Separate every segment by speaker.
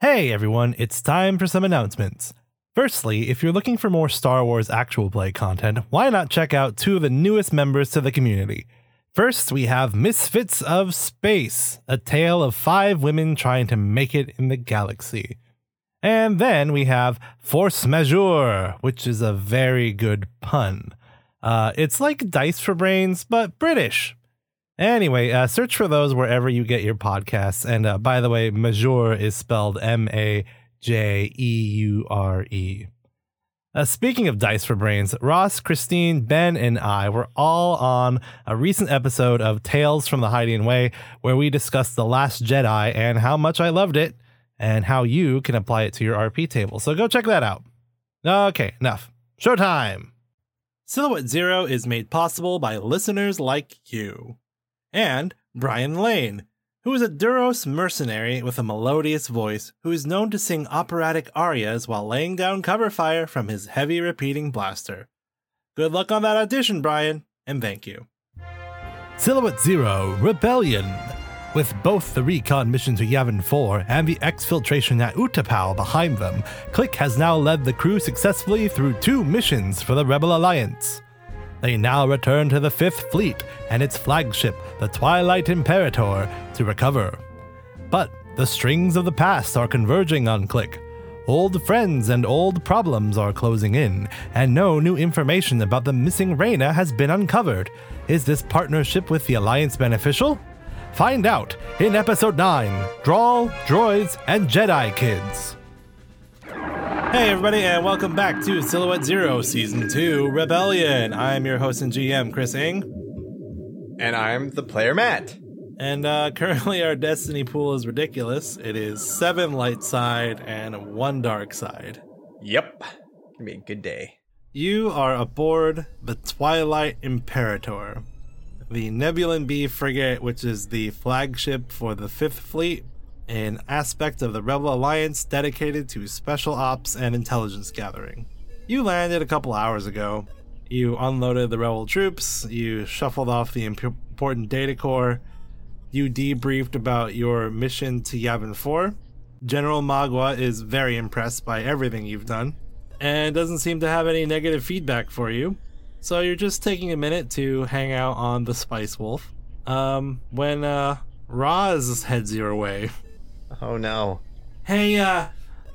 Speaker 1: Hey everyone, it's time for some announcements. Firstly, if you're looking for more Star Wars actual play content, why not check out two of the newest members to the community? First, we have Misfits of Space, a tale of five women trying to make it in the galaxy. And then we have Force Majeure, which is a very good pun. Uh, it's like Dice for Brains, but British, Anyway, uh, search for those wherever you get your podcasts. And uh, by the way, Major is spelled M A J E U R E. Uh, speaking of Dice for Brains, Ross, Christine, Ben, and I were all on a recent episode of Tales from the Hiding Way where we discussed The Last Jedi and how much I loved it and how you can apply it to your RP table. So go check that out. Okay, enough. Showtime! Silhouette Zero is made possible by listeners like you and Brian Lane, who is a Duros mercenary with a melodious voice who is known to sing operatic arias while laying down cover fire from his heavy repeating blaster. Good luck on that audition, Brian, and thank you. Silhouette Zero Rebellion. With both the recon mission to Yavin 4 and the exfiltration at Utapau behind them, Click has now led the crew successfully through two missions for the Rebel Alliance. They now return to the Fifth Fleet and its flagship, the Twilight Imperator, to recover. But the strings of the past are converging on Click. Old friends and old problems are closing in, and no new information about the missing Reyna has been uncovered. Is this partnership with the Alliance beneficial? Find out in Episode 9 Drawl, Droids, and Jedi Kids. Hey, everybody, and welcome back to Silhouette Zero Season 2 Rebellion. I'm your host and GM, Chris Ng,
Speaker 2: And I'm the player Matt.
Speaker 1: and uh, currently our Destiny pool is ridiculous. It is seven light side and one dark side.
Speaker 2: Yep. Gonna be a good day.
Speaker 1: You are aboard the Twilight Imperator, the Nebulan B frigate, which is the flagship for the Fifth Fleet, an aspect of the Rebel Alliance dedicated to special ops and intelligence gathering. You landed a couple hours ago. You unloaded the Rebel troops, you shuffled off the imp- important data core, you debriefed about your mission to Yavin 4. General Magua is very impressed by everything you've done and doesn't seem to have any negative feedback for you. So you're just taking a minute to hang out on the Spice Wolf. Um, when uh, Roz heads your way.
Speaker 2: Oh no.
Speaker 1: Hey, uh,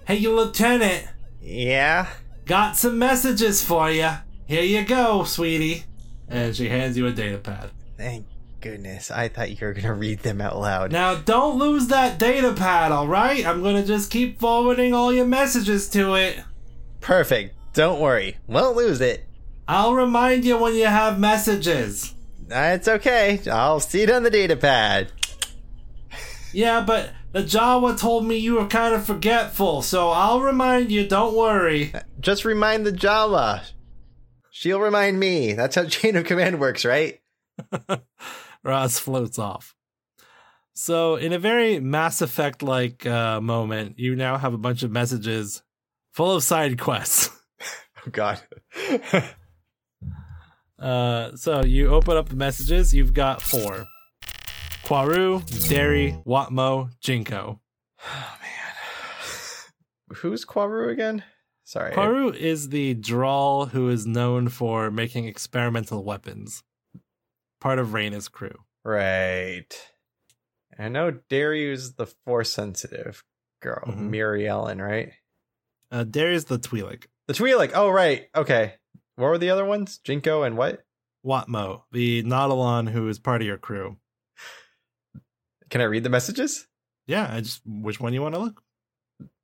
Speaker 1: hey, you lieutenant,
Speaker 2: Yeah.
Speaker 1: got some messages for you. Here you go, sweetie. And she hands you a data pad.
Speaker 2: Thank goodness. I thought you were gonna read them out loud.
Speaker 1: Now, don't lose that data pad, all right? I'm gonna just keep forwarding all your messages to it.
Speaker 2: Perfect. Don't worry. Won't lose it.
Speaker 1: I'll remind you when you have messages.
Speaker 2: It's okay. I'll see it on the data pad.
Speaker 1: Yeah, but the Jawa told me you were kind of forgetful, so I'll remind you, don't worry.
Speaker 2: Just remind the Java. She'll remind me. That's how chain of command works, right?
Speaker 1: Roz floats off. So, in a very Mass Effect like uh, moment, you now have a bunch of messages full of side quests.
Speaker 2: Oh god.
Speaker 1: Uh, so, you open up the messages, you've got four Quaru, Derry, Watmo, Jinko.
Speaker 2: oh man. Who's Quaru again? Sorry.
Speaker 1: Quaru is the Drawl who is known for making experimental weapons, part of Reyna's crew.
Speaker 2: Right. I know Darius the force sensitive girl,
Speaker 1: Mhm.
Speaker 2: Miri Ellen, right?
Speaker 1: Uh, Derry's the Twi'lek.
Speaker 2: The Twi'lek. Oh, right. Okay. What were the other ones? Jinko and what?
Speaker 1: Watmo, the Nautilon who is part of your crew.
Speaker 2: Can I read the messages?
Speaker 1: Yeah, I just which one you want to look?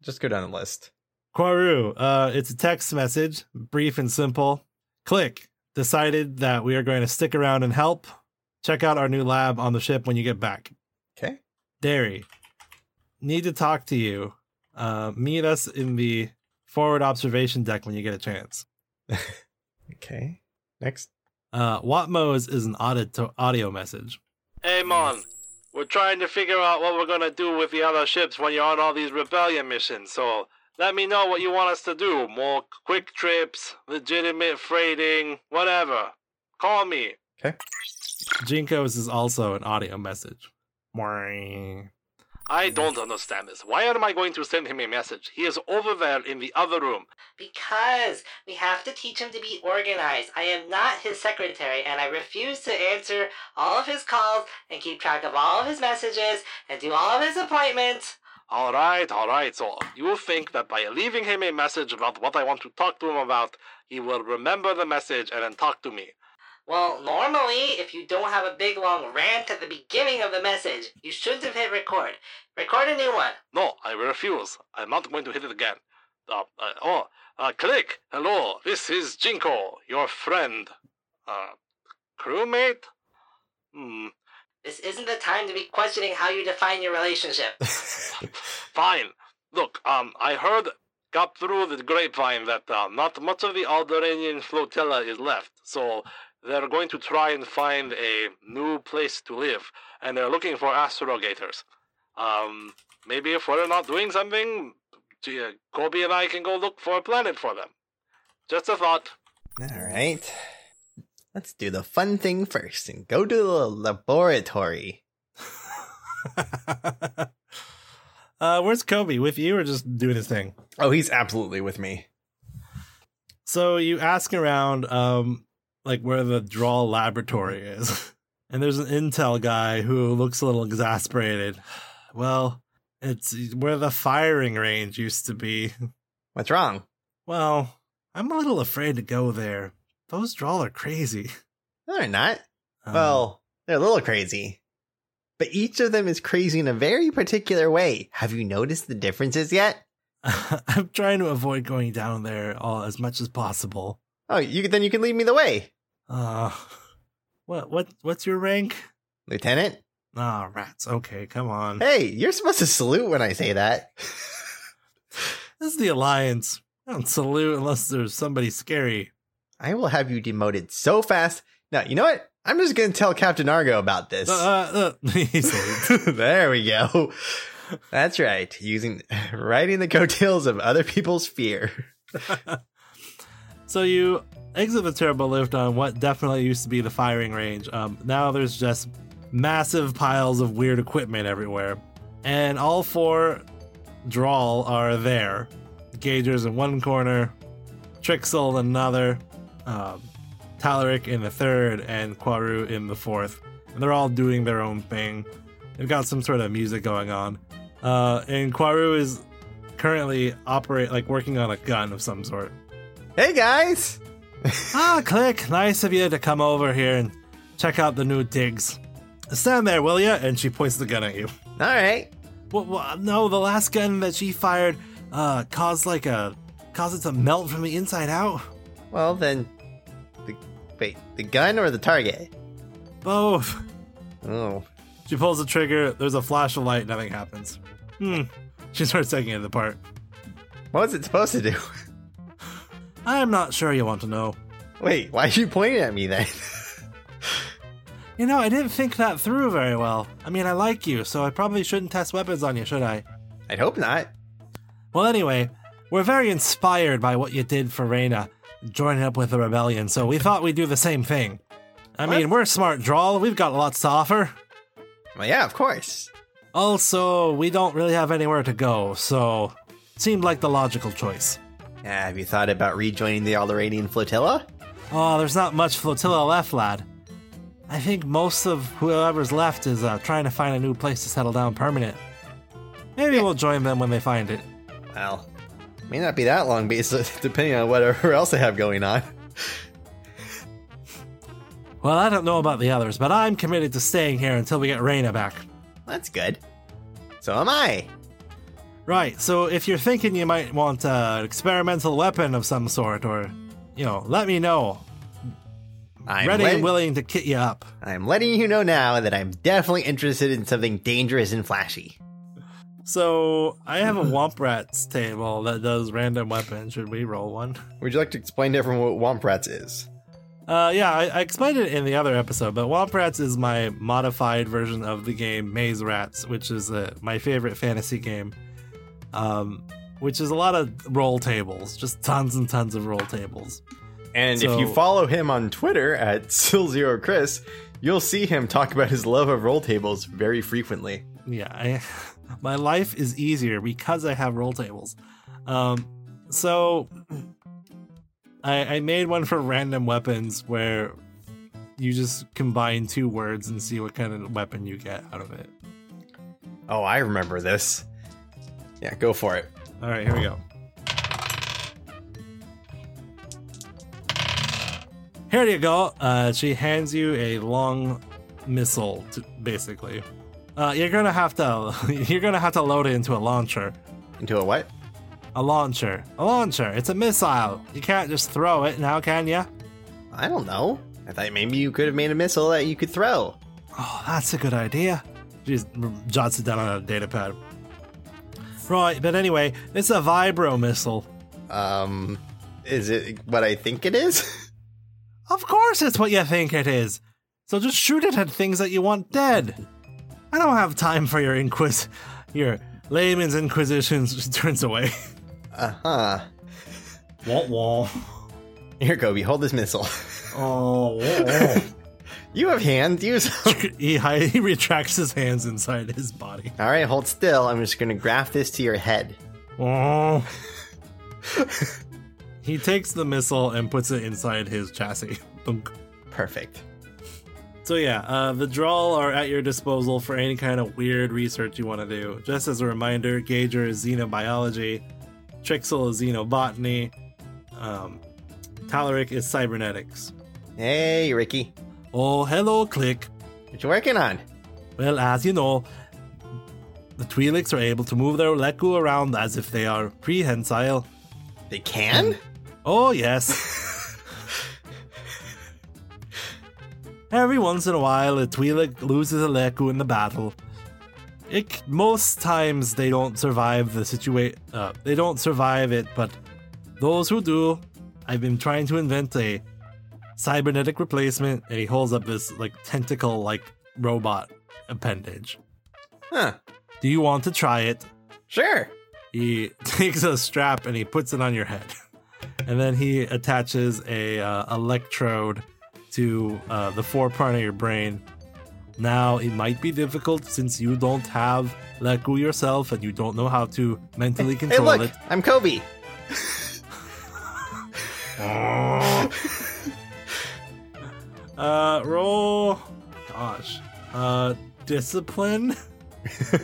Speaker 2: Just go down the list.
Speaker 1: Quaru, uh, it's a text message, brief and simple. Click. Decided that we are going to stick around and help. Check out our new lab on the ship when you get back.
Speaker 2: Okay.
Speaker 1: Derry, need to talk to you. Uh, meet us in the forward observation deck when you get a chance.
Speaker 2: Okay. Next.
Speaker 1: Uh, Watmos is an audio, audio message. Hey, Mon. We're trying to figure out what we're going to do with the other ships when you're on all these rebellion missions, so let me know what you want us to do. More quick trips, legitimate freighting, whatever. Call me.
Speaker 2: 'Kay.
Speaker 1: Jinkos is also an audio message. Mwah.
Speaker 3: I don't understand this. Why am I going to send him a message? He is over there in the other room.
Speaker 4: Because we have to teach him to be organized. I am not his secretary, and I refuse to answer all of his calls and keep track of all of his messages and do all of his appointments.
Speaker 3: All right, all right. So you think that by leaving him a message about what I want to talk to him about, he will remember the message and then talk to me.
Speaker 4: Well, normally, if you don't have a big long rant at the beginning of the message, you shouldn't have hit record. Record a new one.
Speaker 3: No, I refuse. I'm not going to hit it again. Uh, uh, oh, uh, click. Hello, this is Jinko, your friend. Uh, crewmate? Hmm,
Speaker 4: This isn't the time to be questioning how you define your relationship.
Speaker 3: fine. Look, um, I heard, got through the grapevine that uh, not much of the Alderanian flotilla is left, so they're going to try and find a new place to live, and they're looking for astrogators. Um, maybe if we're not doing something, gee, uh, Kobe and I can go look for a planet for them. Just a thought.
Speaker 2: All right. Let's do the fun thing first and go to the laboratory.
Speaker 1: uh, where's Kobe? With you or just doing his thing?
Speaker 2: Oh, he's absolutely with me.
Speaker 1: So you ask around, um, like where the draw laboratory is, and there's an intel guy who looks a little exasperated. Well, it's where the firing range used to be.
Speaker 2: What's wrong?
Speaker 1: Well, I'm a little afraid to go there. Those draw are crazy.
Speaker 2: No, they're not.
Speaker 1: Um,
Speaker 2: Well, they're a little crazy. But each of them is crazy in a very particular way. Have you noticed the differences yet?
Speaker 1: I'm trying to avoid going down there all as much as possible.
Speaker 2: Oh, you then you can lead me the way.
Speaker 1: Uh, what what what's your rank?
Speaker 2: Lieutenant?
Speaker 1: Ah, rats. Okay, come on.
Speaker 2: Hey, you're supposed to salute when I say that.
Speaker 1: This is the alliance. I don't salute unless there's somebody scary.
Speaker 2: I will have you demoted so fast. No, you know what? I'm just going to tell Captain Argo about this.
Speaker 1: Uh, uh, uh, he salutes.
Speaker 2: there we go. That's right. Using riding the coattails of other people's fear.
Speaker 1: so you exit the turbo lift on what definitely used to be the firing range. Um, now there's just massive piles of weird equipment everywhere, and all four drawl are there. Gagers in one corner, Trixel in another, um, Talaric in the third, and Quaru in the fourth. And they're all doing their own thing. They've got some sort of music going on. Uh, and Quaru is currently operate like working on a gun of some sort.
Speaker 2: Hey guys.
Speaker 1: Ah, Click, nice of you to come over here and check out the new digs. Stand there, will ya? And she points the gun at you.
Speaker 2: All right.
Speaker 1: Well, well, no, the last gun that she fired uh, caused like a caused it to melt from the inside out.
Speaker 2: Well then, the wait, the gun or the target?
Speaker 1: Both.
Speaker 2: Oh,
Speaker 1: She pulls the trigger. There's a flash of light. Nothing happens. Hmm. She starts taking it apart.
Speaker 2: what was it supposed to do?
Speaker 1: I'm not sure you want to know.
Speaker 2: Wait, why are you pointing at me then?
Speaker 1: You know, I didn't think that through very well. I mean, I like you, so I probably shouldn't test weapons on you, should I?
Speaker 2: I'd hope not.
Speaker 1: Well, anyway, we're very inspired by what you did for Reyna, joining up with the rebellion, so we thought we'd do the same thing. I mean, we're smart, Drawl. We've got lots to offer.
Speaker 2: Well, yeah, of course.
Speaker 1: Also, we don't really have anywhere to go, so seemed like the logical choice.
Speaker 2: Yeah, have you thought about rejoining the Alderanian flotilla?
Speaker 1: Oh, there's not much flotilla left, lad. I think most of whoever's left is uh, trying to find a new place to settle down permanent. Maybe we'll join them when they find it.
Speaker 2: Well, may not be that long, based depending on whatever else they have going on.
Speaker 1: Well, I don't know about the others, but I'm committed to staying here until we get Reyna back.
Speaker 2: That's good. So am I.
Speaker 1: Right. So if you're thinking you might want uh, an experimental weapon of some sort, or you know, let me know.
Speaker 2: I'm
Speaker 1: Ready
Speaker 2: let-
Speaker 1: and willing to kit you up.
Speaker 2: I'm letting you know now that I'm definitely interested in something dangerous and flashy.
Speaker 1: So I have a Womp Rats table that does random weapons. Should we roll one?
Speaker 2: Would you like to explain to everyone what Womp Rats is?
Speaker 1: Uh, yeah, I, I explained it in the other episode, but Womp Rats is my modified version of the game Maze Rats, which is uh, my favorite fantasy game. Um, which is a lot of roll tables, just tons and tons of roll tables.
Speaker 2: And if
Speaker 1: So-
Speaker 2: you follow him on Twitter at SillZeroChris, you'll see him talk about his love of roll tables very frequently.
Speaker 1: Yeah, I, My life is easier because I have roll tables. Um, so I, I made one for random weapons where you just combine two words and see what kind of weapon you get out of it.
Speaker 2: Oh, I remember this. Yeah, go for it.
Speaker 1: All right, here we go. Here you go. Uh, she hands you a long missile, to, basically. Uh, you're gonna have to you're gonna have to load it into a launcher.
Speaker 2: Into a what?
Speaker 1: A launcher. A launcher. It's a missile. You can't just throw it now, can you?
Speaker 2: I don't know. I thought maybe you could have made a missile that you could throw.
Speaker 1: Oh, that's a good idea. She just jots it down on a data pad. Right, but anyway, it's a vibro missile.
Speaker 2: Um, is it what I think it is?
Speaker 1: Of course, it's what you think it is. So just shoot it at things that you want dead. I don't have time for your inquis, your layman's inquisitions. She turns away.
Speaker 2: Uh huh.
Speaker 5: Wah wah.
Speaker 2: Here, Kobe, hold this missile.
Speaker 5: Oh, wah, wah.
Speaker 2: You have hands. Use. them.
Speaker 1: he, hi- he retracts his hands inside his body.
Speaker 2: All right, hold still. I'm just gonna graft this to your head.
Speaker 1: Oh. he takes the missile and puts it inside his chassis. Thunk.
Speaker 2: Perfect.
Speaker 1: So yeah, uh, Vidral are at your disposal for any kind of weird research you want to do. Just as a reminder, Gager is xenobiology, Trixel is xenobotany, um, Talaric is cybernetics.
Speaker 2: Hey, Ricky,
Speaker 1: Oh, hello, Click.
Speaker 2: what you working on?
Speaker 1: Well, as you know, the Twi'leks are able to move their Leku around as if they are prehensile.
Speaker 2: They can.
Speaker 1: Oh, yes. Every once in a while, a Twi'lek loses a Leku in the battle. It, c- most times they don't survive the situation. Uh, they don't survive it, but those who do, I've been trying to invent a cybernetic replacement. And he holds up this like tentacle-like robot appendage.
Speaker 2: Huh.
Speaker 1: Do you want to try it?
Speaker 2: Sure.
Speaker 1: he takes a strap and he puts it on your head and then he attaches a uh, electrode to uh, the forefront of your brain now it might be difficult since you don't have leku yourself and you don't know how to mentally
Speaker 2: Hey,
Speaker 1: control
Speaker 2: look,
Speaker 1: it
Speaker 2: I'm Kobe.
Speaker 1: uh roll gosh uh discipline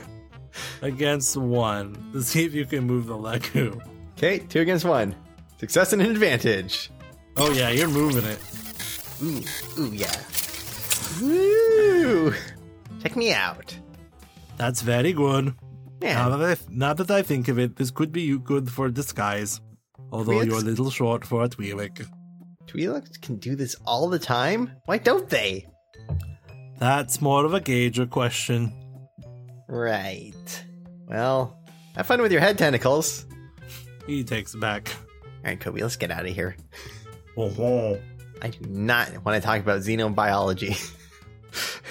Speaker 1: against one to see if you can move the leku
Speaker 2: Okay, two against one. Success and an advantage.
Speaker 1: oh yeah you're moving it
Speaker 2: Ooh, ooh, yeah. Woo! Check me out.
Speaker 1: that's very good Now
Speaker 2: Yeah.
Speaker 1: that, I, now that I think of it, this could be you good for disguise. Although
Speaker 2: Really?
Speaker 1: you're a little short for a Twi'lek.
Speaker 2: Twi'leks can do this all the time. Why don't they?
Speaker 1: That's more of a Gager question.
Speaker 2: Right. Well, have fun with your head tentacles.
Speaker 1: He takes it back.
Speaker 2: All right, Kobe, let's get out of here.
Speaker 5: Wah wah.
Speaker 2: I do not want to talk about xenobiology.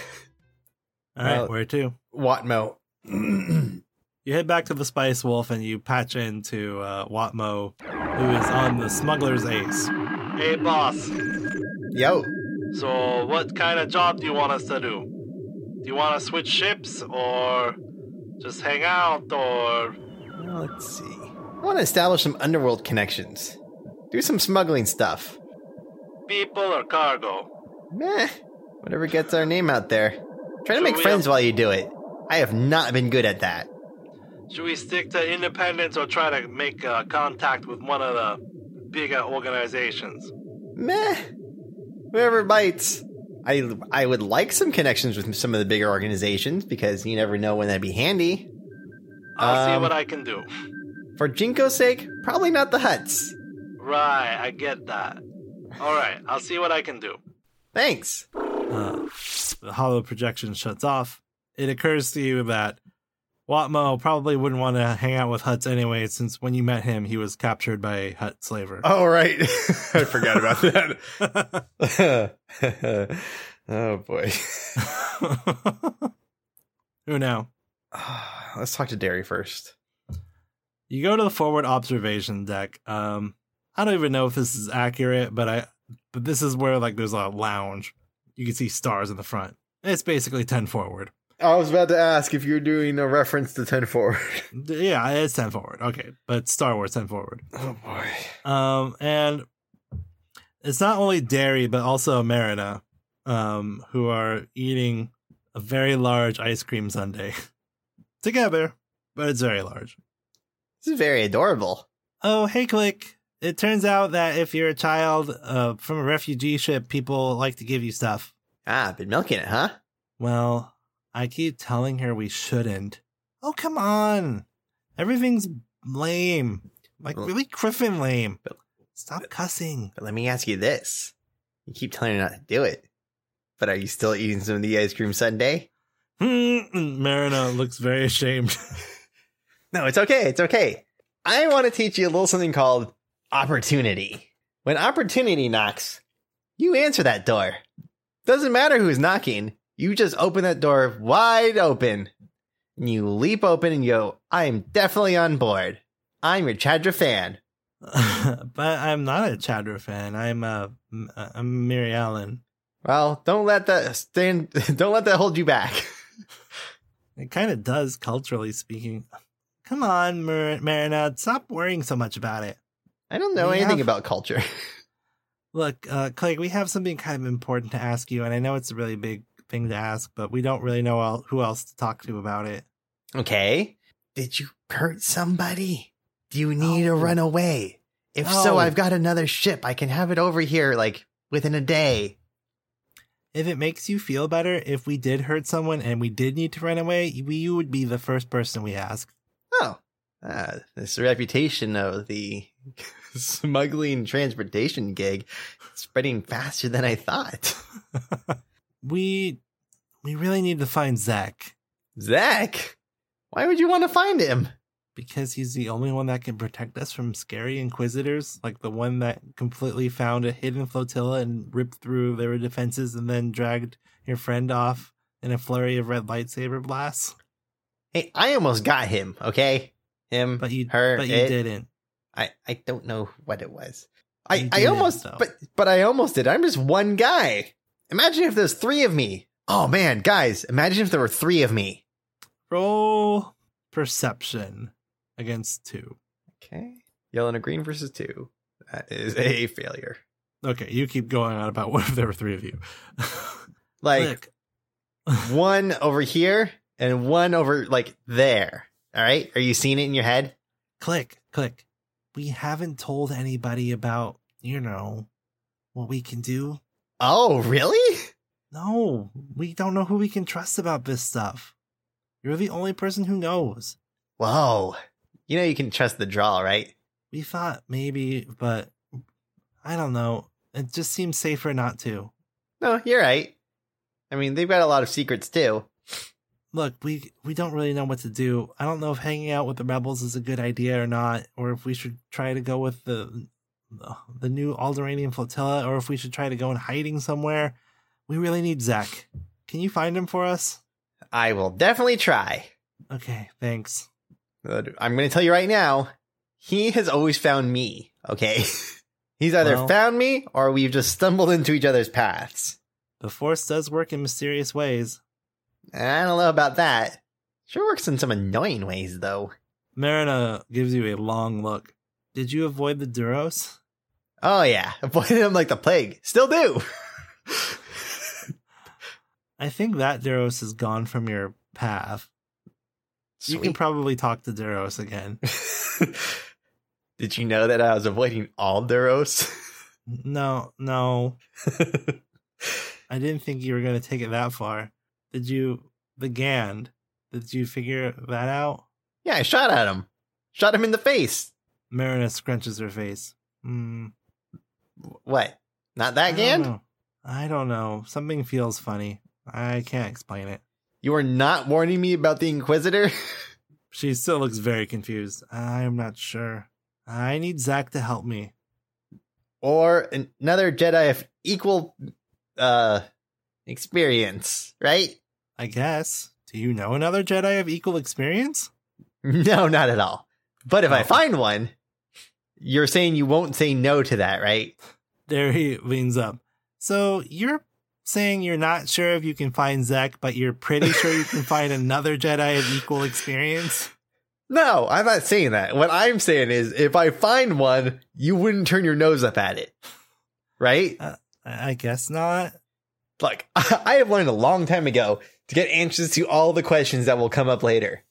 Speaker 1: All right,
Speaker 2: Well-
Speaker 1: where to?
Speaker 2: Watmo.
Speaker 1: You head back to the Spice Wolf and you patch into uh, Watmo, who is on the Smuggler's Ace.
Speaker 3: Hey, boss.
Speaker 2: Yo.
Speaker 3: So, what kind of job do you want us to do? Do you want to switch ships, or just hang out, or
Speaker 2: Well, let's see. I want to establish some underworld connections. Do some smuggling stuff.
Speaker 3: people, or cargo?
Speaker 2: Meh. Whatever gets our name out there. Try to
Speaker 3: So
Speaker 2: make
Speaker 3: we
Speaker 2: friends
Speaker 3: have-
Speaker 2: while you do it. I have not been good at that.
Speaker 3: Should we stick to independence, or try to make uh, contact with one of the bigger organizations?
Speaker 2: Meh. Whoever bites. I I would like some connections with some of the bigger organizations because you never know when that'd be handy.
Speaker 3: I'll see
Speaker 2: Um,
Speaker 3: what I can do.
Speaker 2: For Jinko's sake, probably not the Huts.
Speaker 3: Right, I get that. All right, I'll see what I can do.
Speaker 2: Thanks.
Speaker 1: Uh, the hollow projection shuts off. It occurs to you that Watmo probably wouldn't want to hang out with Huts anyway, since when you met him, he was captured by a Hut slaver.
Speaker 2: Oh right, I forgot about that. oh boy.
Speaker 1: Who now?
Speaker 2: Let's talk to Derry first.
Speaker 1: You go to the forward observation deck. Um, I don't even know if this is accurate, but I but this is where like there's a lounge. You can see stars in the front. It's basically ten forward.
Speaker 2: I was about to ask if you're doing a reference to Ten Forward.
Speaker 1: Yeah, it's 10 forward. Okay. But Star Wars 10 forward.
Speaker 2: Oh boy.
Speaker 1: Um, and it's not only dairy, but also Merida, um, who are eating a very large ice cream sundae together, but it's very large.
Speaker 2: This is very adorable.
Speaker 1: Oh, hey, Click. It turns out that if you're a child uh, from a refugee ship, people like to give you stuff.
Speaker 2: Ah, been milking it, huh?
Speaker 1: Well, I keep telling her we shouldn't. Oh, come on. Everything's lame. Like, really Griffin lame. Stop cussing.
Speaker 2: But let me ask you this. You keep telling her not to do it. But are you still eating some of the ice cream sundae?
Speaker 1: Marina looks very ashamed.
Speaker 2: No, it's okay. It's okay. I want to teach you a little something called opportunity. When opportunity knocks, you answer that door. Doesn't matter who's knocking, you just open that door wide open. And you leap open and go, I am definitely on board. I'm your Chadra fan.
Speaker 1: but I'm not a Chadra fan. I'm a I'm Mary Allen.
Speaker 2: Well, don't let that stand don't let that hold you back.
Speaker 1: It kind of does culturally speaking. Come on, Mar- Marina, stop worrying so much about it.
Speaker 2: I don't know
Speaker 1: We
Speaker 2: anything
Speaker 1: have-
Speaker 2: about culture.
Speaker 1: Look, uh, Clay, we have something kind of important to ask you, and I know it's a really big thing to ask, but we don't really know el- who else to talk to about it.
Speaker 2: Okay. Did you hurt somebody? Do you need to
Speaker 1: No.
Speaker 2: run away? If so,
Speaker 1: No.
Speaker 2: I've got another ship. I can have it over here like within a day.
Speaker 1: If it makes you feel better, if we did hurt someone and we did need to run away, we, you would be the first person we ask.
Speaker 2: Oh. Uh, this reputation of the smuggling transportation gig is spreading faster than I thought.
Speaker 1: We we really need to find Zach
Speaker 2: Zach, why would you want to find him?
Speaker 1: because he's the only one that can protect us from scary inquisitors, like the one that completely found a hidden flotilla and ripped through their defenses and then dragged your friend off in a flurry of red lightsaber blasts.
Speaker 2: Hey, I almost got him, okay? Him,
Speaker 1: But you
Speaker 2: her,
Speaker 1: but you
Speaker 2: it.
Speaker 1: didn't.
Speaker 2: I, I don't know what it was. I,
Speaker 1: You
Speaker 2: I
Speaker 1: did it,
Speaker 2: almost
Speaker 1: though.
Speaker 2: but but I almost did. I'm just one guy. Imagine if there's three of me. Oh man, guys, imagine if there were three of me.
Speaker 1: Roll perception against two.
Speaker 2: Okay. Yellow and a green versus two. That is a failure.
Speaker 1: Okay, you keep going on about what if there were three of you.
Speaker 2: Like one over here and one over like there. All right? Are you seeing it in your head?
Speaker 1: click, click. We haven't told anybody about, you know, what we can do.
Speaker 2: Oh, really?
Speaker 1: No, we don't know who we can trust about this stuff. You're the only person who knows.
Speaker 2: Whoa. You know you can trust the draw, right?
Speaker 1: We thought maybe, but I don't know. It just seems safer not to.
Speaker 2: No, you're right. I mean, they've got a lot of secrets too.
Speaker 1: Look, we we don't really know what to do. I don't know if hanging out with the rebels is a good idea or not, or if we should try to go with the the new Alderanian flotilla, or if we should try to go in hiding somewhere. We really need Zach. Can you find him for us?
Speaker 2: I will definitely try.
Speaker 1: Okay, thanks.
Speaker 2: Uh, I'm going to tell you right now, he has always found me, okay? He's either
Speaker 1: Well-
Speaker 2: found me or we've just stumbled into each other's paths.
Speaker 1: The Force does work in mysterious ways.
Speaker 2: I don't know about that. Sure works in some annoying ways, though.
Speaker 1: Marina gives you a long look. Did you avoid the Duros?
Speaker 2: Oh, yeah. Avoided him like the plague. Still do.
Speaker 1: I think that Duros is gone from your path. You can
Speaker 2: Sweet.
Speaker 1: probably talk to Duros again.
Speaker 2: Did you know that I was avoiding all Duros?
Speaker 1: No, no. I didn't think you were going to take it that far. Did you, the Gand, did you figure that out?
Speaker 2: yeah, I shot at him. Shot him in the face.
Speaker 1: Marina scrunches her face. Hmm.
Speaker 2: What? Not
Speaker 1: I don't
Speaker 2: that Gand?
Speaker 1: know. I don't know. Something feels funny. I can't explain it.
Speaker 2: You are not warning me about the Inquisitor?
Speaker 1: She still looks very confused. I'm not sure. I need Zach to help me.
Speaker 2: or an- another Jedi of equal uh experience, right?
Speaker 1: I guess. Do you know another Jedi of equal experience?
Speaker 2: No, not at all. But if I
Speaker 1: No.
Speaker 2: find one, you're saying you won't say no to that, right?
Speaker 1: There he leans up. So you're saying you're not sure if you can find Zek, but you're pretty sure you can find another Jedi of equal experience?
Speaker 2: No, I'm not saying that. What I'm saying is, if I find one, you wouldn't turn your nose up at it, right?
Speaker 1: I I guess not.
Speaker 2: Look, I have learned a long time ago to get answers to all the questions that will come up later.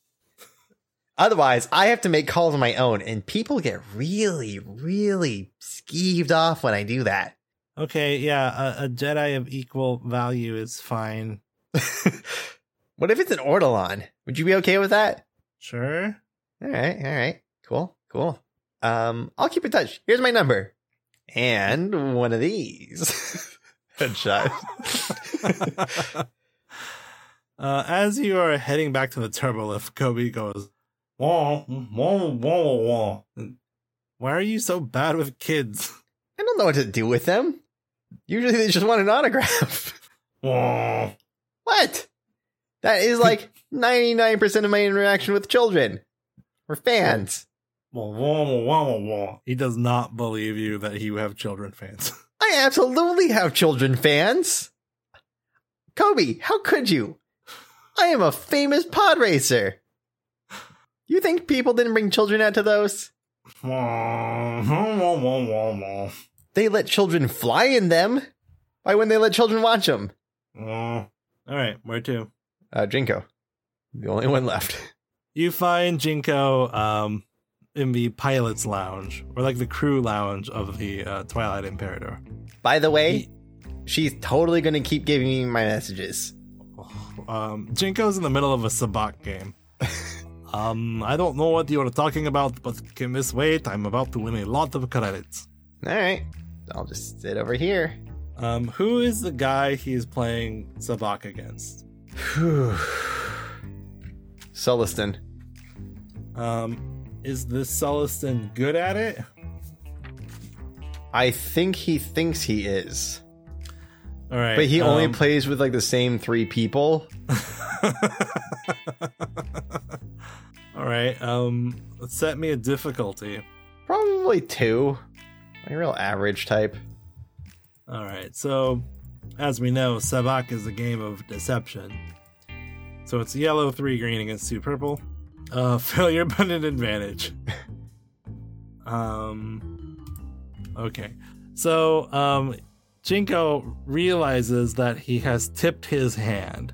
Speaker 2: Otherwise, I have to make calls on my own, and people get really, really skeeved off when I do that.
Speaker 1: Okay, yeah, a, a Jedi of equal value is fine.
Speaker 2: what if it's an Ortolan? Would you be okay with that?
Speaker 1: Sure.
Speaker 2: All right, all right, cool, cool. Um, I'll keep in touch. Here's my number, and one of these headshot.
Speaker 1: uh, as you are heading back to the turbolift, Kobe goes,
Speaker 5: Wah, wah, wah, wah.
Speaker 1: Why are you so bad with kids?
Speaker 2: I don't know what to do with them. Usually they just want an autograph.
Speaker 5: Wah.
Speaker 2: what? That is like 99% of my interaction with children or fans.
Speaker 5: Wah, wah, wah, wah, wah, wah.
Speaker 1: He does not believe you that you have children fans.
Speaker 2: I absolutely have children fans. Kobe, how could you? I am a famous pod racer. You think people didn't bring children out to those?
Speaker 5: Wah, wah, wah, wah, wah, wah.
Speaker 2: They let children fly in them. Why wouldn't they let children watch them?
Speaker 5: Wah.
Speaker 1: All right, where to?
Speaker 2: Uh, Jinko, the only one left.
Speaker 1: You find Jinko um, in the pilot's lounge, or like the crew lounge of the uh, Twilight Imperator.
Speaker 2: By the way, she's totally going to keep giving me my messages.
Speaker 1: Um, Jinko's in the middle of a sabacc game. um, I don't know what you are talking about, but can this wait? I'm about to win a lot of credits.
Speaker 2: All right, I'll just sit over here.
Speaker 1: Um, who is the guy he's playing sabacc against?
Speaker 2: Sulliston.
Speaker 1: Um, is this Celestin good at it?
Speaker 2: I think he thinks he is,
Speaker 1: All right,
Speaker 2: but he only
Speaker 1: um,
Speaker 2: plays with like the same three people.
Speaker 1: All right, um, set me a difficulty.
Speaker 2: Probably two. My real average type.
Speaker 1: All right, so as we know, Sabak is a game of deception. So it's yellow, three green against two purple. Uh, failure, but an advantage. um, okay, so um, Jinko realizes that he has tipped his hand.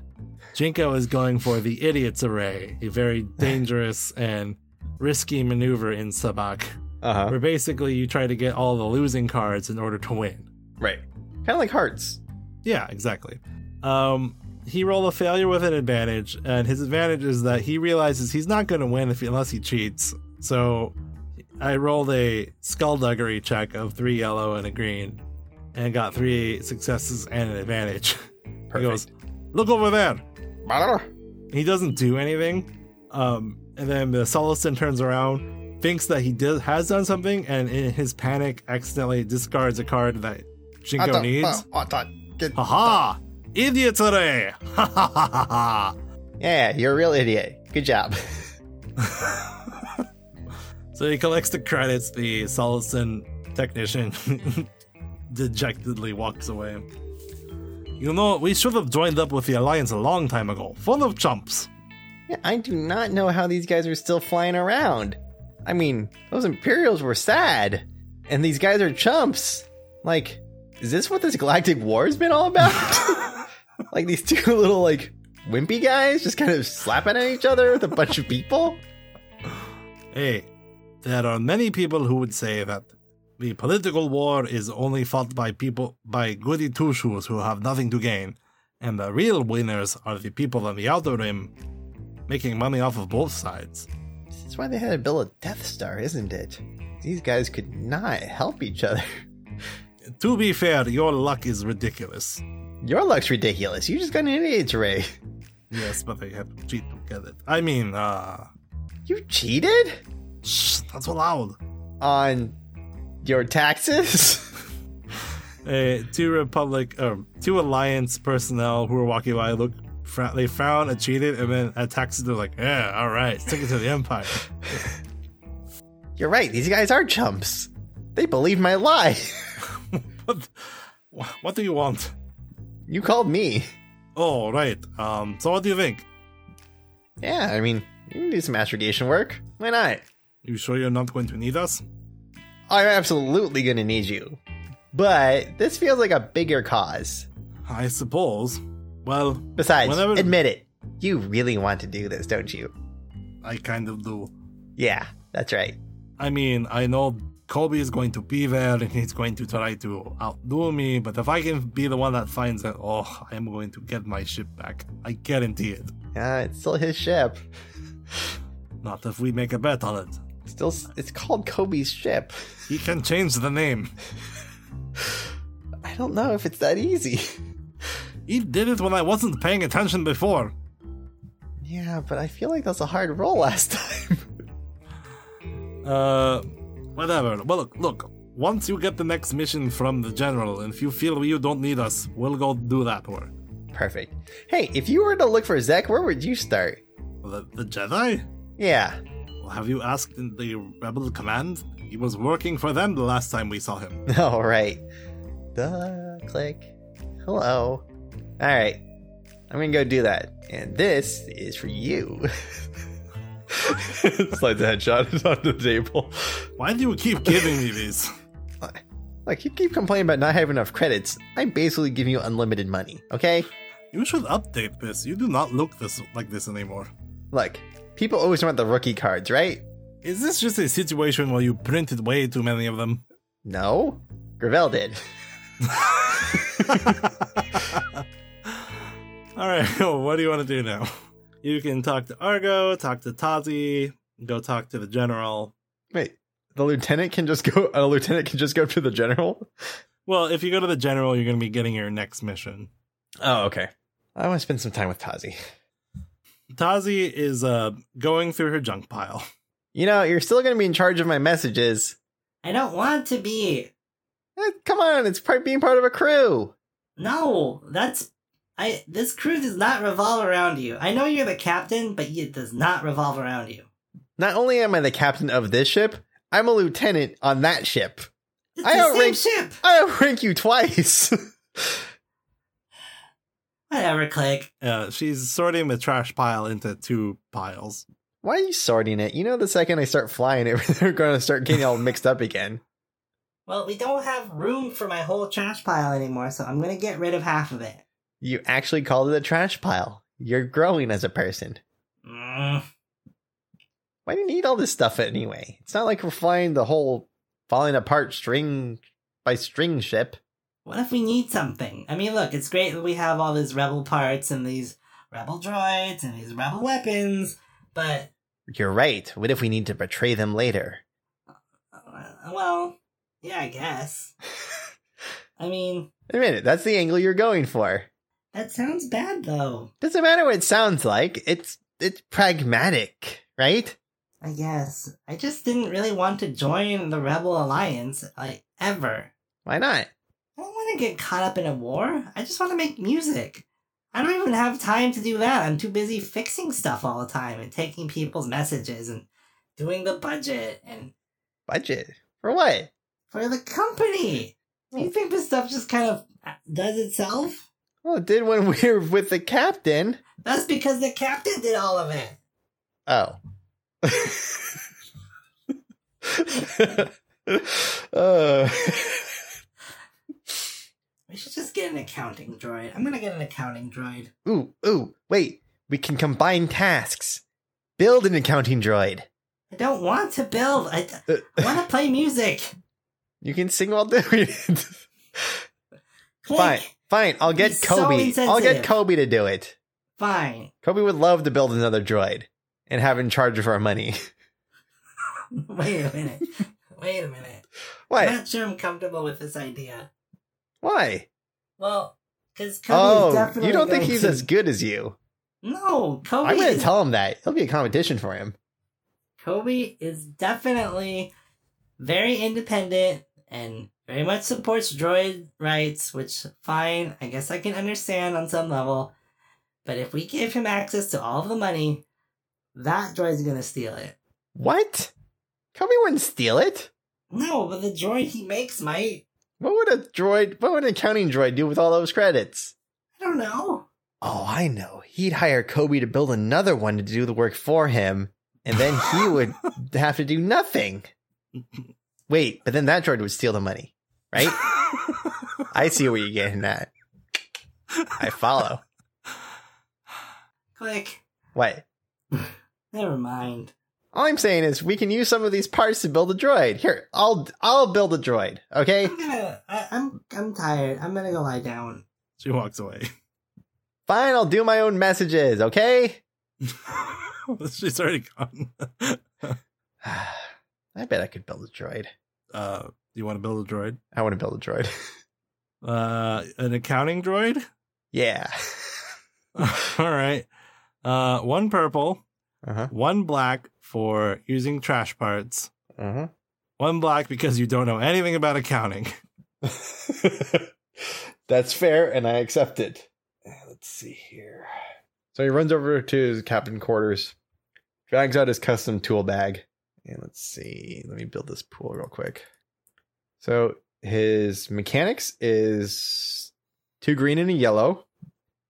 Speaker 1: Jinko is going for the idiot's array, a very dangerous and risky maneuver in Sabak,
Speaker 2: Uh huh.
Speaker 1: where basically you try to get all the losing cards in order to win.
Speaker 2: Right. Kind of like hearts.
Speaker 1: Yeah, exactly. Um, he rolled a failure with an advantage, and his advantage is that he realizes he's not going to win if unless he cheats. So I rolled a skullduggery check of three yellow and a green, and got three successes and an advantage. He goes, "Look over there."
Speaker 2: Bah.
Speaker 1: He doesn't do anything. Um, and then the Soliston turns around, thinks that he does, has done something, and in his panic, accidentally discards a card that Jinko needs. Haha! Idiot array! Ha ha ha ha ha!
Speaker 2: Yeah, you're a real idiot. Good job.
Speaker 1: So he collects the credits, the Solison technician dejectedly walks away. You know, we should have joined up with the Alliance a long time ago. Full of chumps.
Speaker 2: Yeah, I do not know how these guys are still flying around. I mean, those Imperials were sad, and these guys are chumps. Like, is this what this Galactic War has been all about? like these two little like wimpy guys just kind of slapping at each other with a bunch of people.
Speaker 1: Hey, there are many people who would say that the political war is only fought by people, by goody two shoes who have nothing to gain, and the real winners are the people on the outer rim making money off of both sides.
Speaker 2: That's why they had to build a Death Star, isn't it? These guys could not help each other.
Speaker 1: To be fair, your luck is ridiculous.
Speaker 2: Your luck's ridiculous. You just got an idiot's ray.
Speaker 1: Yes, but they had to cheat to get it. I mean, uh,
Speaker 2: You cheated
Speaker 1: shh, not so loud.
Speaker 2: on your taxes.
Speaker 1: Uh, two Republic, or two Alliance personnel who were walking by look, fr- they frown and cheated, and then at taxes they're like, "Yeah, all right, stick it to the Empire."
Speaker 2: You're right. These guys are chumps. They believe my lie.
Speaker 1: what, what do you want?
Speaker 2: You called me.
Speaker 1: Oh, right. Um, so what do you think?
Speaker 2: Yeah, I mean, you can do some astrogation work. Why not?
Speaker 1: You sure you're not going to need us?
Speaker 2: I'm absolutely gonna need you. But this feels like a bigger cause.
Speaker 1: I suppose. Well,
Speaker 2: Besides,
Speaker 1: Whenever-
Speaker 2: admit it, you really want to do this, don't you?
Speaker 1: I kind of do.
Speaker 2: Yeah, that's right.
Speaker 1: I mean, I know Kobe is going to be there and he's going to try to outdo me, but if I can be the one that finds it, oh, I am going to get my ship back. I guarantee it.
Speaker 2: Uh, it's still his ship.
Speaker 1: Not if we make a bet on it.
Speaker 2: Still, s- it's called Kobe's ship.
Speaker 1: He can change the name.
Speaker 2: I don't know if it's that easy.
Speaker 1: He did it when I wasn't paying attention before.
Speaker 2: Yeah, but I feel like that's a hard roll last time.
Speaker 1: Uh, whatever. Well, look, look. Once you get the next mission from the general, and if you feel you don't need us, we'll go do that work.
Speaker 2: Perfect. Hey, if you were to look for Zek, where would you start?
Speaker 1: The, the Jedi?
Speaker 2: Yeah.
Speaker 1: Well, have you asked in the Rebel Command? He was working for them the last time we saw him.
Speaker 2: All right. Duh. Click. Hello. All right. I'm gonna go do that. And this is for you. Slide the headshot onto the table.
Speaker 1: Why do you keep giving me these?
Speaker 2: Like you keep complaining about not having enough credits. I'm basically giving you unlimited money. Okay.
Speaker 1: You should update this. You do not look this like this anymore.
Speaker 2: Look, people always want the rookie cards, right?
Speaker 1: Is this just a situation where you printed way too many of them?
Speaker 2: No. Gravel did.
Speaker 1: All right, well, what do you want to do now? You can talk to Argo, talk to Tazi, go talk to the general.
Speaker 2: Wait, the lieutenant can just go. A lieutenant can just go to the general.
Speaker 1: Well, if you go to the general, you're going to be getting your next mission.
Speaker 2: Oh, okay. I want to spend some time with Tazi.
Speaker 1: Tazi is uh, going through her junk pile.
Speaker 2: You know, you're still going to be in charge of my messages.
Speaker 4: I don't want to be.
Speaker 2: Eh, Come on, it's part being part of a crew.
Speaker 4: No, that's. I. This crew does not revolve around you. I know you're the captain, but it does not revolve around you.
Speaker 2: Not only am I the captain of this ship, I'm a lieutenant on that ship.
Speaker 4: It's
Speaker 2: I
Speaker 4: the
Speaker 2: don't
Speaker 4: same
Speaker 2: rank-
Speaker 4: ship.
Speaker 2: I outrank you twice.
Speaker 4: Whatever, click.
Speaker 1: Uh, she's sorting the trash pile into two piles.
Speaker 2: Why are you sorting it? You know, the second I start flying it, they're going to start getting all mixed up again.
Speaker 4: Well, we don't have room for my whole trash pile anymore, so I'm gonna get rid of half of it.
Speaker 2: You actually called it a trash pile. You're growing as a person.
Speaker 4: Mm.
Speaker 2: Why do you need all this stuff anyway? It's not like we're flying the whole falling apart string by string ship.
Speaker 4: What if we need something? I mean, look, it's great that we have all these rebel parts and these rebel droids and these rebel weapons, but,
Speaker 2: You're right. What if we need to betray them later?
Speaker 4: uh, well, yeah, I guess. I mean,
Speaker 2: Wait a minute, that's the angle you're going for.
Speaker 4: that sounds bad, though.
Speaker 2: Doesn't matter what it sounds like. It's it's pragmatic, right?
Speaker 4: I guess. I just didn't really want to join the Rebel Alliance, like, ever.
Speaker 2: Why not?
Speaker 4: I don't want to get caught up in a war. I just want to make music. I don't even have time to do that. I'm too busy fixing stuff all the time and taking people's messages and doing the budget and
Speaker 2: Budget for what?
Speaker 4: for the company. Do you think this stuff just kind of uh, does itself?
Speaker 2: Well, it did when we were with the captain.
Speaker 4: That's because the captain did all of it.
Speaker 2: Oh. uh,
Speaker 4: We should just get an accounting droid. I'm gonna get an accounting droid.
Speaker 2: ooh, ooh, wait. We can combine tasks. Build an accounting droid.
Speaker 4: I don't want to build. I,
Speaker 2: Uh,
Speaker 4: I want to play music.
Speaker 2: you can sing while doing it.
Speaker 4: Click.
Speaker 2: fine, fine. I'll get
Speaker 4: He's so
Speaker 2: Kobe. I'll
Speaker 4: insensitive.
Speaker 2: get Kobe to do it.
Speaker 4: Fine.
Speaker 2: Kobe would love to build another droid and have in charge of our money.
Speaker 4: Wait a minute. Wait a minute. I'm
Speaker 2: Why?
Speaker 4: not sure I'm comfortable with this idea.
Speaker 2: Why?
Speaker 4: Well, because Kobe is
Speaker 2: Oh,
Speaker 4: definitely.
Speaker 2: you don't think
Speaker 4: going
Speaker 2: he's
Speaker 4: to-
Speaker 2: as good as you?
Speaker 4: No, Kobe.
Speaker 2: I'm going to
Speaker 4: is-
Speaker 2: tell him that. It'll be a competition for him.
Speaker 4: Kobe is definitely very independent and very much supports droid rights, which fine, I guess I can understand on some level. But if we give him access to all of the money, that droid's gonna steal it.
Speaker 2: What? Kobe wouldn't steal it.
Speaker 4: No, but the droid he makes might.
Speaker 2: What would a droid? What would an accounting droid do with all those credits?
Speaker 6: I don't know.
Speaker 2: Oh, I know. He'd hire Kobe to build another one to do the work for him, and then he would have to do nothing. Wait, but then that droid would steal the money, right? I see where you're getting at. I follow.
Speaker 6: Click.
Speaker 2: What?
Speaker 6: Never mind.
Speaker 2: All I'm saying is we can use some of these parts to build a droid. Here, I'll I'll build a droid. Okay,
Speaker 6: I'm gonna. I, I'm. I'm tired. I'm gonna go lie down.
Speaker 1: She walks away.
Speaker 2: fine. I'll do my own messages. Okay.
Speaker 1: She's already gone.
Speaker 2: I bet I could build a droid.
Speaker 1: Uh, you want to build a droid?
Speaker 2: I want to build a droid.
Speaker 1: Uh, an accounting droid?
Speaker 2: yeah.
Speaker 1: All right. Uh, one purple,
Speaker 2: Uh-huh.
Speaker 1: one black for using trash parts,
Speaker 2: Uh-huh.
Speaker 1: one black because you don't know anything about accounting.
Speaker 2: That's fair, and I accept it. Uh, Let's see here. So he runs over to his captain quarters, drags out his custom tool bag, and let's see. Let me build this pool real quick. So his mechanics is two green and a yellow.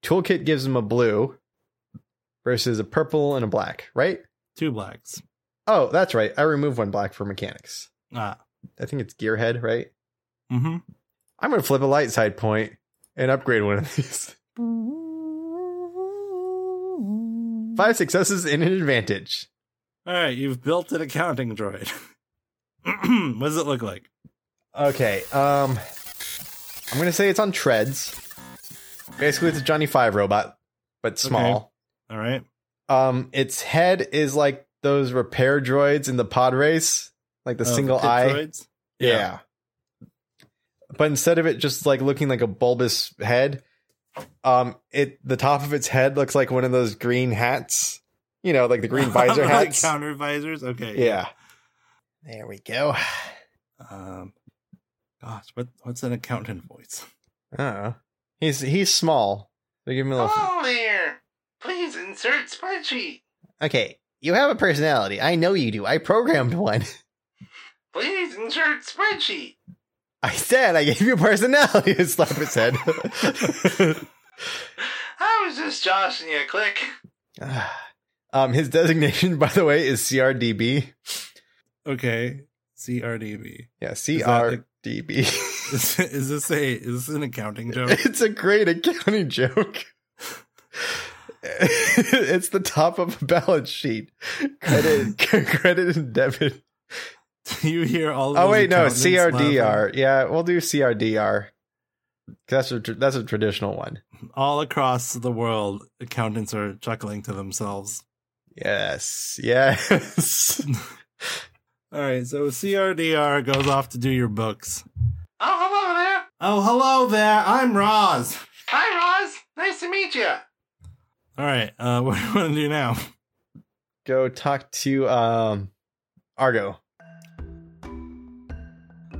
Speaker 2: Toolkit gives him a blue versus a purple and a black, right?
Speaker 1: Two blacks.
Speaker 2: Oh, that's right. I removed one black for mechanics.
Speaker 1: Ah.
Speaker 2: I think it's gearhead, right?
Speaker 1: Mm-hmm.
Speaker 2: I'm gonna flip a light side point and upgrade one of these. Five successes and an advantage.
Speaker 1: All right, you've built an accounting droid. what does it look like?
Speaker 2: Okay, um I'm gonna say it's on treads. Basically it's a Johnny Five robot, but small.
Speaker 1: All right.
Speaker 2: Um its head is like those repair droids in the pod race, like Oh, the
Speaker 1: Uh,
Speaker 2: single
Speaker 1: pit
Speaker 2: eye.
Speaker 1: droids?
Speaker 2: Yeah. But instead of it just like looking like a bulbous head, um, it the top of its head looks like one of those green hats. You know, like the green visor
Speaker 1: Like
Speaker 2: hats.
Speaker 1: counter visors. Okay.
Speaker 2: Yeah. There we go.
Speaker 1: Um, gosh, what what's an accountant voice?
Speaker 2: Uh He's he's small. They give him a little
Speaker 4: Hello there. Please insert spreadsheet.
Speaker 2: Okay. You have a personality. I know you do. I programmed one.
Speaker 4: Please insert spreadsheet.
Speaker 2: I said I gave you a personality. Slap its head.
Speaker 4: I was just joshing you, click.
Speaker 2: um his designation, by the way, is CRDB.
Speaker 1: Okay, CRDB.
Speaker 2: Yeah,
Speaker 1: that
Speaker 2: CRDB.
Speaker 1: Is, is this a is this an accounting joke?
Speaker 2: It's a great accounting joke. it's the top of a balance sheet. Credit, credit and debit.
Speaker 1: Do you hear all? Of
Speaker 2: Oh
Speaker 1: those
Speaker 2: wait, no,
Speaker 1: accountants laughing
Speaker 2: CRDR. Yeah, we'll do CRDR. 'Cause That's a tr- that's a traditional one.
Speaker 1: All across the world, accountants are chuckling to themselves.
Speaker 2: Yes, yes.
Speaker 1: All right, so CRDR goes off to do your books.
Speaker 4: Oh, hello there.
Speaker 1: Oh, hello there. I'm Roz.
Speaker 4: Hi, Roz. Nice to meet you.
Speaker 1: All right, uh, what do you want to do now?
Speaker 2: Go talk to um Argo.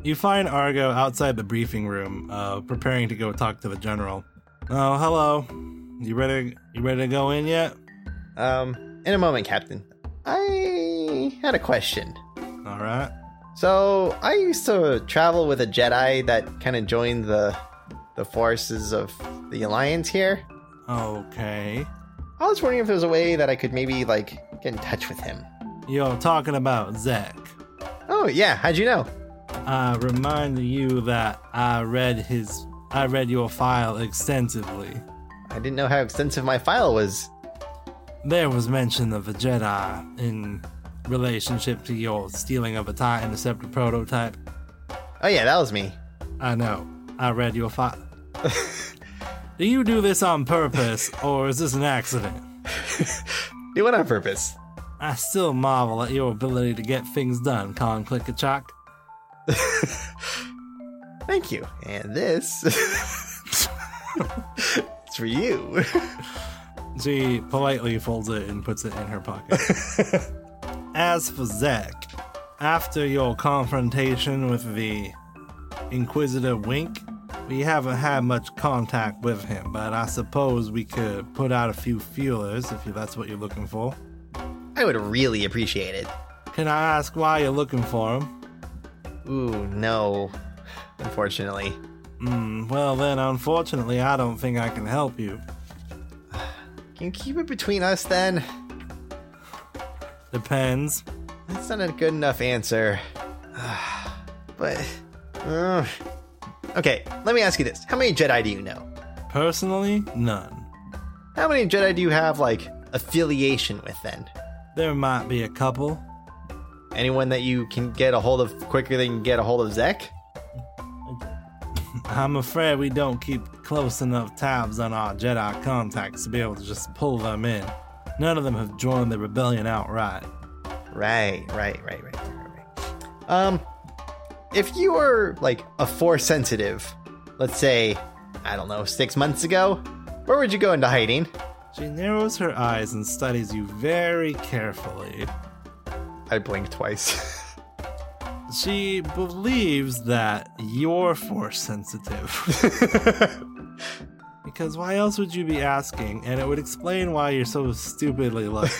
Speaker 1: You find Argo outside the briefing room, uh, preparing to go talk to the general. Oh, hello. You ready? You ready to go in yet?
Speaker 2: Um, in a moment, Captain. I had a question.
Speaker 1: All right.
Speaker 2: So I used to travel with a Jedi that kind of joined the the forces of the Alliance here.
Speaker 1: Okay.
Speaker 2: I was wondering if there was a way that I could maybe like get in touch with him.
Speaker 1: Yo, talking about Zach.
Speaker 2: Oh yeah, how'd you know?
Speaker 1: I remind you that I read his. I read your file extensively.
Speaker 2: I didn't know how extensive my file was.
Speaker 1: There was mention of a Jedi in relationship to your stealing of a TIE Interceptor prototype.
Speaker 2: Oh yeah, that was me.
Speaker 1: I know. I read your file. do you do this on purpose, or is this an accident?
Speaker 2: Do it on purpose.
Speaker 1: I still marvel at your ability to get things done, Con Clickachok.
Speaker 2: Thank you. And this It's for you.
Speaker 1: She politely folds it and puts it in her pocket. As for Zack, after your confrontation with the Inquisitor Wink, we haven't had much contact with him, but I suppose we could put out a few feelers if that's what you're looking for.
Speaker 2: I would really appreciate it.
Speaker 1: Can I ask why you're looking for him?
Speaker 2: Ooh, no. Unfortunately.
Speaker 1: Mm, well, then, unfortunately, I don't think I can help you.
Speaker 2: Can you keep it between us then?
Speaker 1: Depends.
Speaker 2: That's not a good enough answer. but. uh, okay, let me ask you this. How many Jedi do you know?
Speaker 1: Personally, none.
Speaker 2: How many Jedi do you have, like, affiliation with then?
Speaker 1: There might be a couple.
Speaker 2: Anyone that you can get a hold of quicker than you can get a hold of Zek?
Speaker 1: I'm afraid we don't keep close enough tabs on our Jedi contacts to be able to just pull them in. None of them have joined the rebellion outright.
Speaker 2: Right, right, right, right, right, right. right. Um, if you were like a force sensitive, let's say, I don't know, six months ago, where would you go into hiding?
Speaker 1: She narrows her eyes and studies you very carefully.
Speaker 2: I blinked twice.
Speaker 1: She believes that you're force sensitive. because why else would you be asking? And it would explain why you're so stupidly lucky.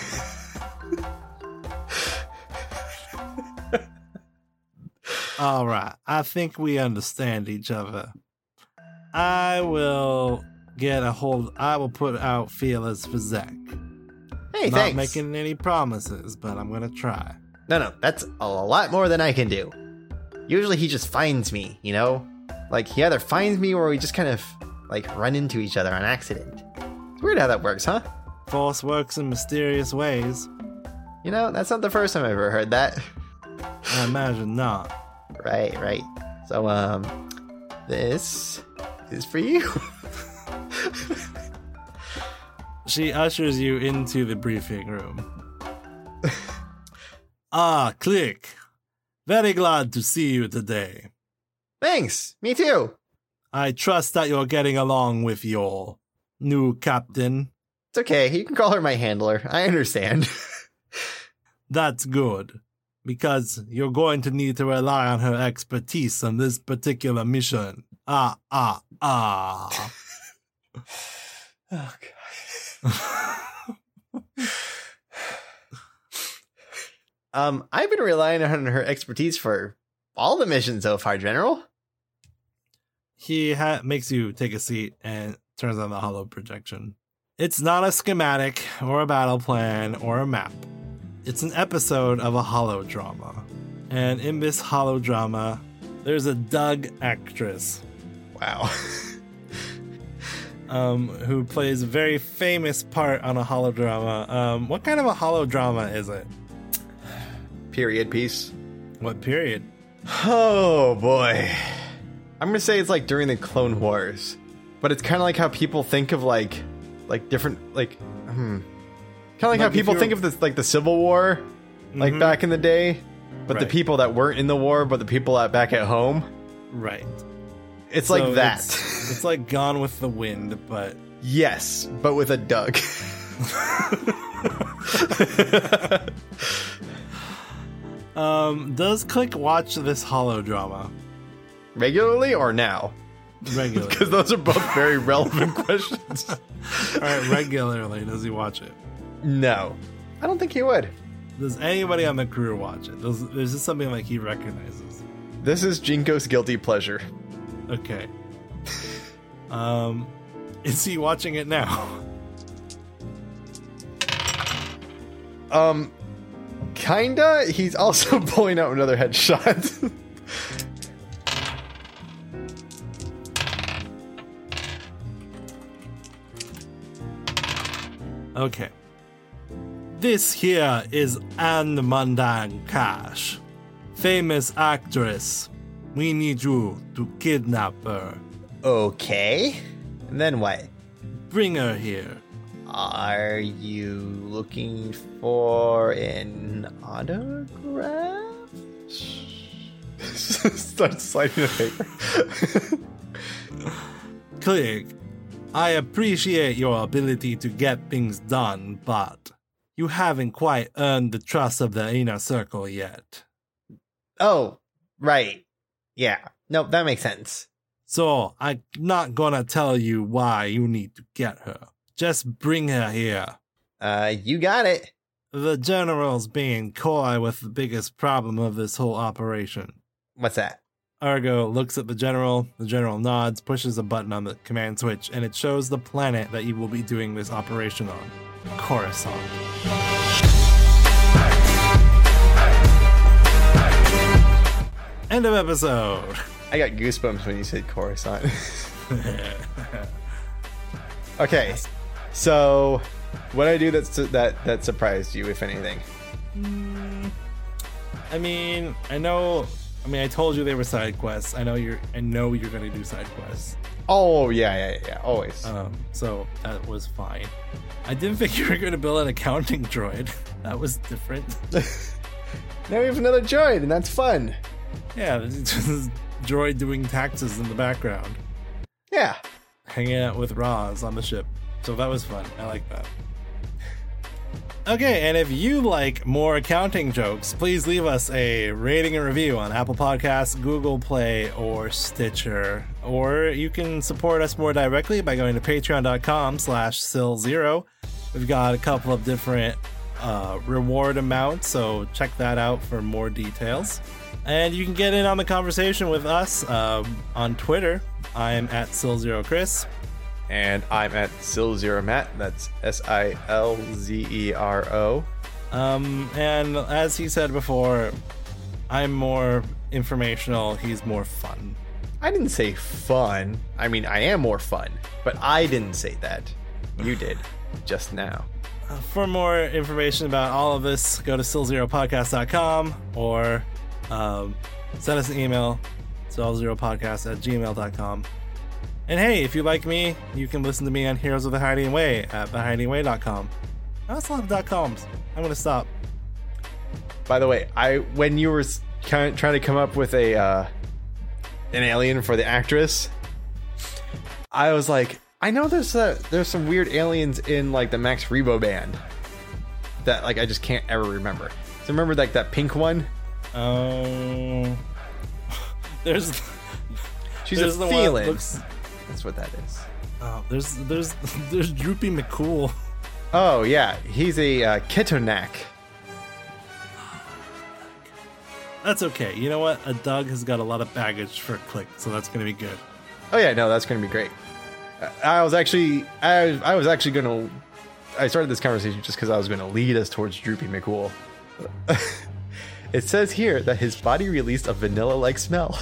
Speaker 1: All right. I think we understand each other. I will get a hold. I will put out feelers for Zach.
Speaker 2: hey,
Speaker 1: Not
Speaker 2: thanks.
Speaker 1: making any promises, but I'm gonna try.
Speaker 2: No, no, that's a lot more than I can do. Usually he just finds me, you know? Like, he either finds me or we just kind of, like, run into each other on accident. It's weird how that works, huh?
Speaker 1: Force works in mysterious ways.
Speaker 2: You know, that's not the first time I've ever heard that.
Speaker 1: I imagine not.
Speaker 2: Right, right. So, um, this is for you.
Speaker 1: She ushers you into the briefing room. ah, click. Very glad to see you today.
Speaker 2: Thanks, me too.
Speaker 1: I trust that you're getting along with your new captain.
Speaker 2: It's okay, you can call her my handler. I understand.
Speaker 1: That's good, because you're going to need to rely on her expertise on this particular mission. Ah, ah, ah.
Speaker 2: Oh, Um, I've been relying on her expertise for all the missions so far, General.
Speaker 1: he ha- makes you take a seat and turns on the hollow projection. It's not a schematic or a battle plan or a map. It's an episode of a hollow drama. And in this hollow drama, there's a Doug actress
Speaker 2: Wow.
Speaker 1: um, who plays a very famous part on a holodrama. Um, what kind of a holodrama is it?
Speaker 2: Period piece.
Speaker 1: What period?
Speaker 2: Oh boy. I'm gonna say it's like during the Clone Wars, but it's kind of like how people think of like, like different like, hmm, kind of like,
Speaker 1: Like
Speaker 2: how
Speaker 1: if
Speaker 2: people
Speaker 1: you're-
Speaker 2: think of this like the Civil War, like
Speaker 1: Mhm.
Speaker 2: back in the day, but the
Speaker 1: Right.
Speaker 2: people that weren't in the war, but the people that back at home.
Speaker 1: Right.
Speaker 2: It's
Speaker 1: So
Speaker 2: like that.
Speaker 1: It's, it's like Gone with the Wind, but
Speaker 2: yes, but with a duck.
Speaker 1: um, does Click watch this holodrama
Speaker 2: Regularly or now?
Speaker 1: regularly?
Speaker 2: Because those are both very relevant questions.
Speaker 1: All right, regularly does he watch it?
Speaker 2: No, I don't think he would.
Speaker 1: Does anybody on the crew watch it? Does, is this something like he recognizes?
Speaker 2: This is Jinko's guilty pleasure.
Speaker 1: Okay. Um, is he watching it now?
Speaker 2: Um, kinda. He's also pulling out another headshot.
Speaker 1: Okay. This here is Anne Mundan Cash, famous actress. We need you to kidnap her.
Speaker 2: okay. And then what?
Speaker 1: Bring her here.
Speaker 2: Are you looking for an autograph? Start sliding the paper.
Speaker 1: Click. I appreciate your ability to get things done, but you haven't quite earned the trust of the inner circle yet.
Speaker 2: oh, right. Yeah. No, that makes sense.
Speaker 1: So I'm not gonna tell you why you need to get her. Just bring her here.
Speaker 2: Uh, you got it.
Speaker 1: The general's being coy with the biggest problem of this whole operation.
Speaker 2: What's that?
Speaker 1: Argo looks at the general. The general nods, pushes a button on the command switch, and it shows the planet that you will be doing this operation on Coruscant. End of episode.
Speaker 2: I got goosebumps when you said Coruscant. okay, so what I do that's that that surprised you, if anything?
Speaker 1: I mean, I know. I mean, I told you they were side quests. I know you're. I know you're gonna do side quests.
Speaker 2: Oh yeah, yeah, yeah, yeah, always.
Speaker 1: Um, so that was fine. I didn't think you were gonna build an accounting droid. That was different.
Speaker 2: now we have another droid, and that's fun.
Speaker 1: Yeah, this is just this droid doing taxes in the background,
Speaker 2: Yeah,
Speaker 1: hanging out with Roz on the ship. So that was fun. I like that. Okay, and if you like more accounting jokes, please leave us a rating and review on Apple Podcasts, Google Play, or Stitcher. Or you can support us more directly by going to patreon.com slash sill0. We've got a couple of different uh, reward amounts, so check that out for more details. And you can get in on the conversation with us um, on Twitter. I am at sill0chris.
Speaker 2: and I'm at Sil Zero Matt. That's S I L Z E R O.
Speaker 1: Um, and as he said before, I'm more informational. He's more fun.
Speaker 2: I didn't say fun. I mean, I am more fun, but I didn't say that. You did just now.
Speaker 1: Uh, For more information about all of this, go to stillzeropodcast.com or um, send us an email, stillzeropodcast at gmail.com. And hey, if you like me, you can listen to me on Heroes of the Hiding Way at thehidingway.com. Oh, That's a lot of dot coms. I'm going to stop.
Speaker 2: By the way, I when you were s- kind of trying to come up with a uh, an alien for the actress, I was like, I know there's a, there's some weird aliens in like the Max Rebo band that like I just can't ever remember. So remember like that pink one?
Speaker 1: Um, there's
Speaker 2: She's
Speaker 1: there's
Speaker 2: a
Speaker 1: the one that
Speaker 2: feeling.
Speaker 1: looks-
Speaker 2: That's what that is.
Speaker 1: Oh, there's there's there's Droopy McCool.
Speaker 2: Oh yeah, he's a uh, Ketonak.
Speaker 1: That's okay. You know what? A dog has got a lot of baggage for Click, so that's gonna be good.
Speaker 2: Oh yeah, no, that's gonna be great. I- I was actually, I, I was actually gonna, I started this conversation just because I was gonna lead us towards Droopy McCool. it says here that his body released a vanilla-like smell.